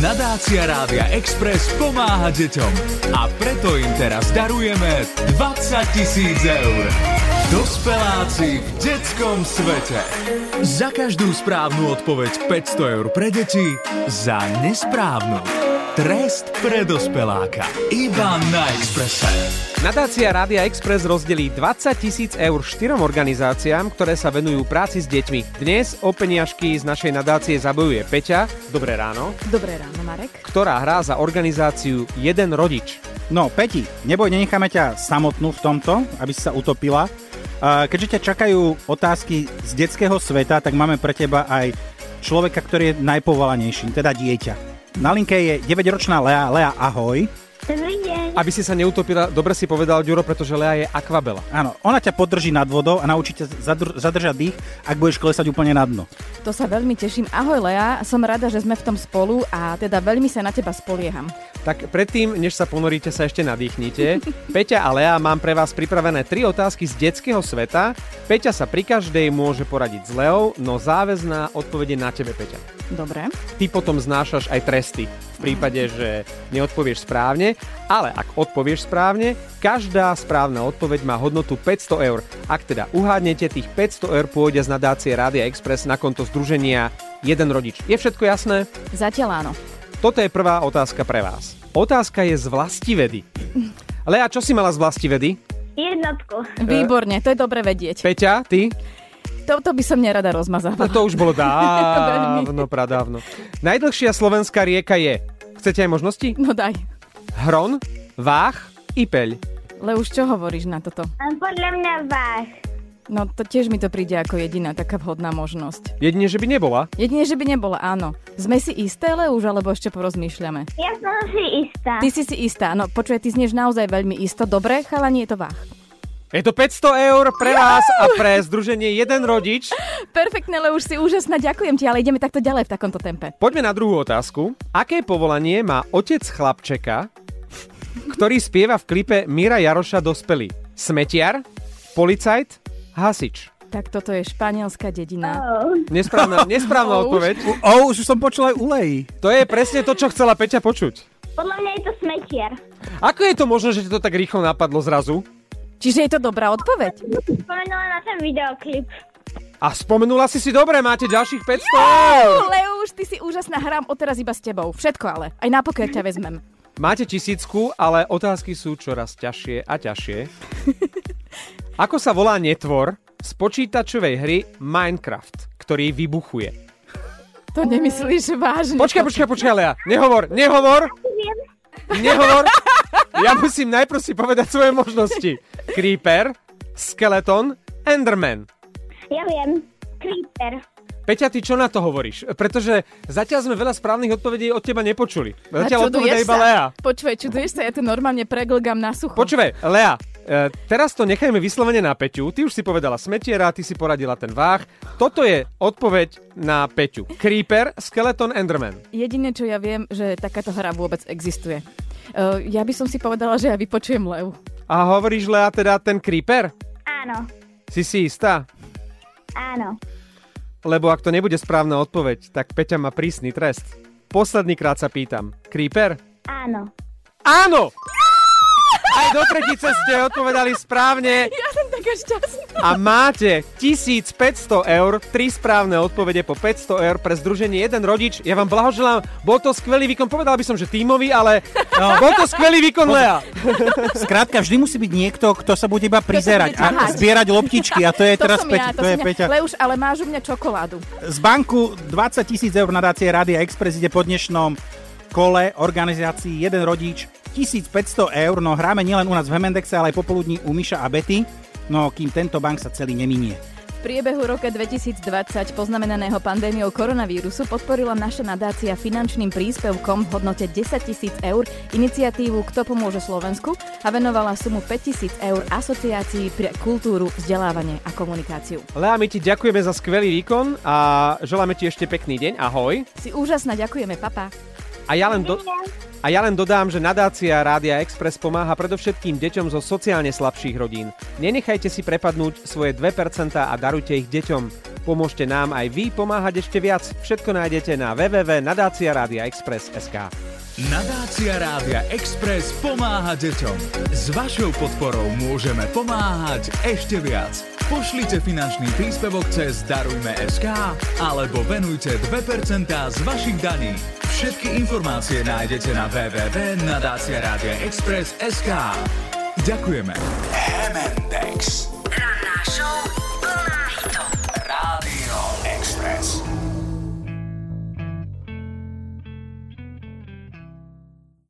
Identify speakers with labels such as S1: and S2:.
S1: Nadácia Rádia Express pomáha deťom a preto im teraz darujeme 20 tisíc eur. Dospeláci v detskom svete. Za každú správnu odpoveď 500 eur pre deti, za nesprávnu. Trest pre dospeláka. Iba na Expresse.
S2: Nadácia Rádia Express rozdelí 20 tisíc eur štyrom organizáciám, ktoré sa venujú práci s deťmi. Dnes o peniažky z našej nadácie zabojuje Peťa, dobré ráno,
S3: Dobré ráno, Marek.
S2: ktorá hrá za organizáciu Jeden rodič.
S4: No, Peti, neboj, nenecháme ťa samotnú v tomto, aby si sa utopila. A Keďže ťa čakajú otázky z detského sveta, tak máme pre teba aj človeka, ktorý je najpovolanejším, teda dieťa. Na linke je 9-ročná Lea. Lea, ahoj.
S5: Dobrý deň.
S2: Aby si sa neutopila, dobre si povedal, Ďuro, pretože Lea je akvabela.
S4: Áno, ona ťa podrží nad vodou a naučí ťa zadr- zadržať dých, ak budeš klesať úplne na dno.
S3: To sa veľmi teším. Ahoj Lea, som rada, že sme v tom spolu a teda veľmi sa na teba spolieham.
S2: Tak predtým, než sa ponoríte, sa ešte nadýchnite. Peťa a Lea mám pre vás pripravené tri otázky z detského sveta. Peťa sa pri každej môže poradiť s Leou, no záväzná odpovede na tebe, Peťa.
S3: Dobre.
S2: ty potom znášaš aj tresty v prípade, že neodpovieš správne, ale ak odpovieš správne, každá správna odpoveď má hodnotu 500 eur. Ak teda uhádnete, tých 500 eur pôjde z nadácie Rádia Express na konto združenia Jeden rodič. Je všetko jasné?
S3: Zatiaľ áno.
S2: Toto je prvá otázka pre vás. Otázka je z vlastivedy. Lea, čo si mala z vlastivedy?
S5: Jednotku.
S2: E,
S3: Výborne, to je dobre vedieť.
S2: Peťa, ty?
S3: Toto by som nerada
S2: No
S3: rozmazávala.
S2: to už bolo dávno, pradávno. Najdlhšia slovenská rieka je... Chcete aj možnosti?
S3: No daj.
S2: Hron, Vách i Peľ.
S3: Le už čo hovoríš na toto?
S5: A Podľa mňa váš.
S3: No to tiež mi to príde ako jediná taká vhodná možnosť.
S2: Jedine, že by nebola.
S3: Jedine, že by nebola áno. Sme si isté, Le už, alebo ešte porozmýšľame?
S5: Ja som si istá.
S3: Ty si si istá, no počuje, ty znieš naozaj veľmi isto. Dobre, chalani, je to váh.
S2: Je to 500 eur pre vás a pre združenie jeden rodič.
S3: Perfektne, Le už si úžasná, ďakujem ti, ale ideme takto ďalej v takomto tempe.
S2: Poďme na druhú otázku. Aké povolanie má otec chlapčeka, ktorý spieva v klipe Mira Jaroša Dospelý? Smetiar, policajt, hasič.
S3: Tak toto je španielská dedina.
S5: Oh.
S2: Nesprávna, nesprávna
S3: Už.
S2: odpoveď.
S4: O, už som počul aj u Lei.
S2: To je presne to, čo chcela Peťa počuť.
S5: Podľa mňa je to smetier.
S2: Ako je to možné, že ti to tak rýchlo napadlo zrazu?
S3: Čiže je to dobrá odpoveď?
S5: Spomenula na ten videoklip.
S2: A spomenula si si, dobre, máte ďalších 500 eur.
S3: Leuš, No, ty si úžasná, hrám odteraz iba s tebou. Všetko ale. Aj na poker ťa vezmem.
S2: Máte tisícku, ale otázky sú čoraz ťažšie a ťažšie. Ako sa volá netvor z počítačovej hry Minecraft, ktorý vybuchuje?
S3: To nemyslíš vážne.
S2: Počkaj, počkaj, počkaj, Lea. Nehovor, nehovor,
S5: Viem.
S2: nehovor. Ja musím najprv si povedať svoje možnosti. Creeper, Skeleton, Enderman.
S5: Ja viem. Creeper.
S2: Peťa, ty čo na to hovoríš? Pretože zatiaľ sme veľa správnych odpovedí od teba nepočuli.
S3: A
S2: Zatiaľ odpoveda
S3: čuduješ
S2: iba
S3: no sa?
S2: Lea.
S3: Počkaj, čuduješ sa, ja tu normálne preglgam na sucho.
S2: Počúvaj, Lea, e, teraz to nechajme vyslovene na Peťu. Ty už si povedala smetiera, ty si poradila ten váh. Toto je odpoveď na Peťu. Creeper, Skeleton, Enderman.
S3: Jedine, čo ja viem, že takáto hra vôbec existuje. Uh, ja by som si povedala, že ja vypočujem Leu.
S2: A hovoríš, Lea, teda ten Creeper?
S5: Áno.
S2: Si si istá?
S5: Áno.
S2: Lebo ak to nebude správna odpoveď, tak Peťa má prísny trest. Posledný krát sa pýtam. Creeper?
S5: Áno.
S2: Áno! Aj do tretice ste odpovedali správne
S3: Ja som taká šťastná.
S2: a máte 1500 eur, tri správne odpovede po 500 eur pre združenie Jeden rodič. Ja vám blahoželám, bol to skvelý výkon, povedal by som, že tímový, ale no. bol to skvelý výkon, Lea.
S4: Skrátka, vždy musí byť niekto, kto sa bude iba prizerať
S3: bude ťahať.
S4: a zbierať loptičky. A to je
S3: To
S4: teraz
S3: som
S4: Peť,
S3: ja, to,
S4: to je
S3: som
S4: Peťa.
S3: ja. Leuš, ale máš u mňa čokoládu.
S4: Z banku 20 tisíc eur nadácie Rádia Express ide po dnešnom kole organizácií Jeden rodič 1500 eur, no hráme nielen u nás v Hemendexe, ale aj popoludní u Miša a Betty, no kým tento bank sa celý neminie.
S3: V priebehu roka 2020, poznamenaného pandémiou koronavírusu, podporila naša nadácia finančným príspevkom v hodnote 10 tisíc eur iniciatívu Kto pomôže Slovensku a venovala sumu 5 tisíc eur asociácii pre kultúru, vzdelávanie a komunikáciu.
S2: Lea, my ti ďakujeme za skvelý výkon a želáme ti ešte pekný deň. Ahoj.
S3: Si úžasná, ďakujeme, papa.
S2: A ja len, do, a ja len dodám, že nadácia Rádia Express pomáha predovšetkým deťom zo sociálne slabších rodín. Nenechajte si prepadnúť svoje 2% a darujte ich deťom. Pomôžte nám aj vy pomáhať ešte viac. Všetko nájdete na www.nadáciaradiaexpress.sk
S1: Nadácia Rádia Express pomáha deťom. S vašou podporou môžeme pomáhať ešte viac. Pošlite finančný príspevok cez Darujme.sk alebo venujte 2% z vašich daní. Všetky informácie nájdete na www.nadáciaradiaexpress.sk Ďakujeme. Hemendex.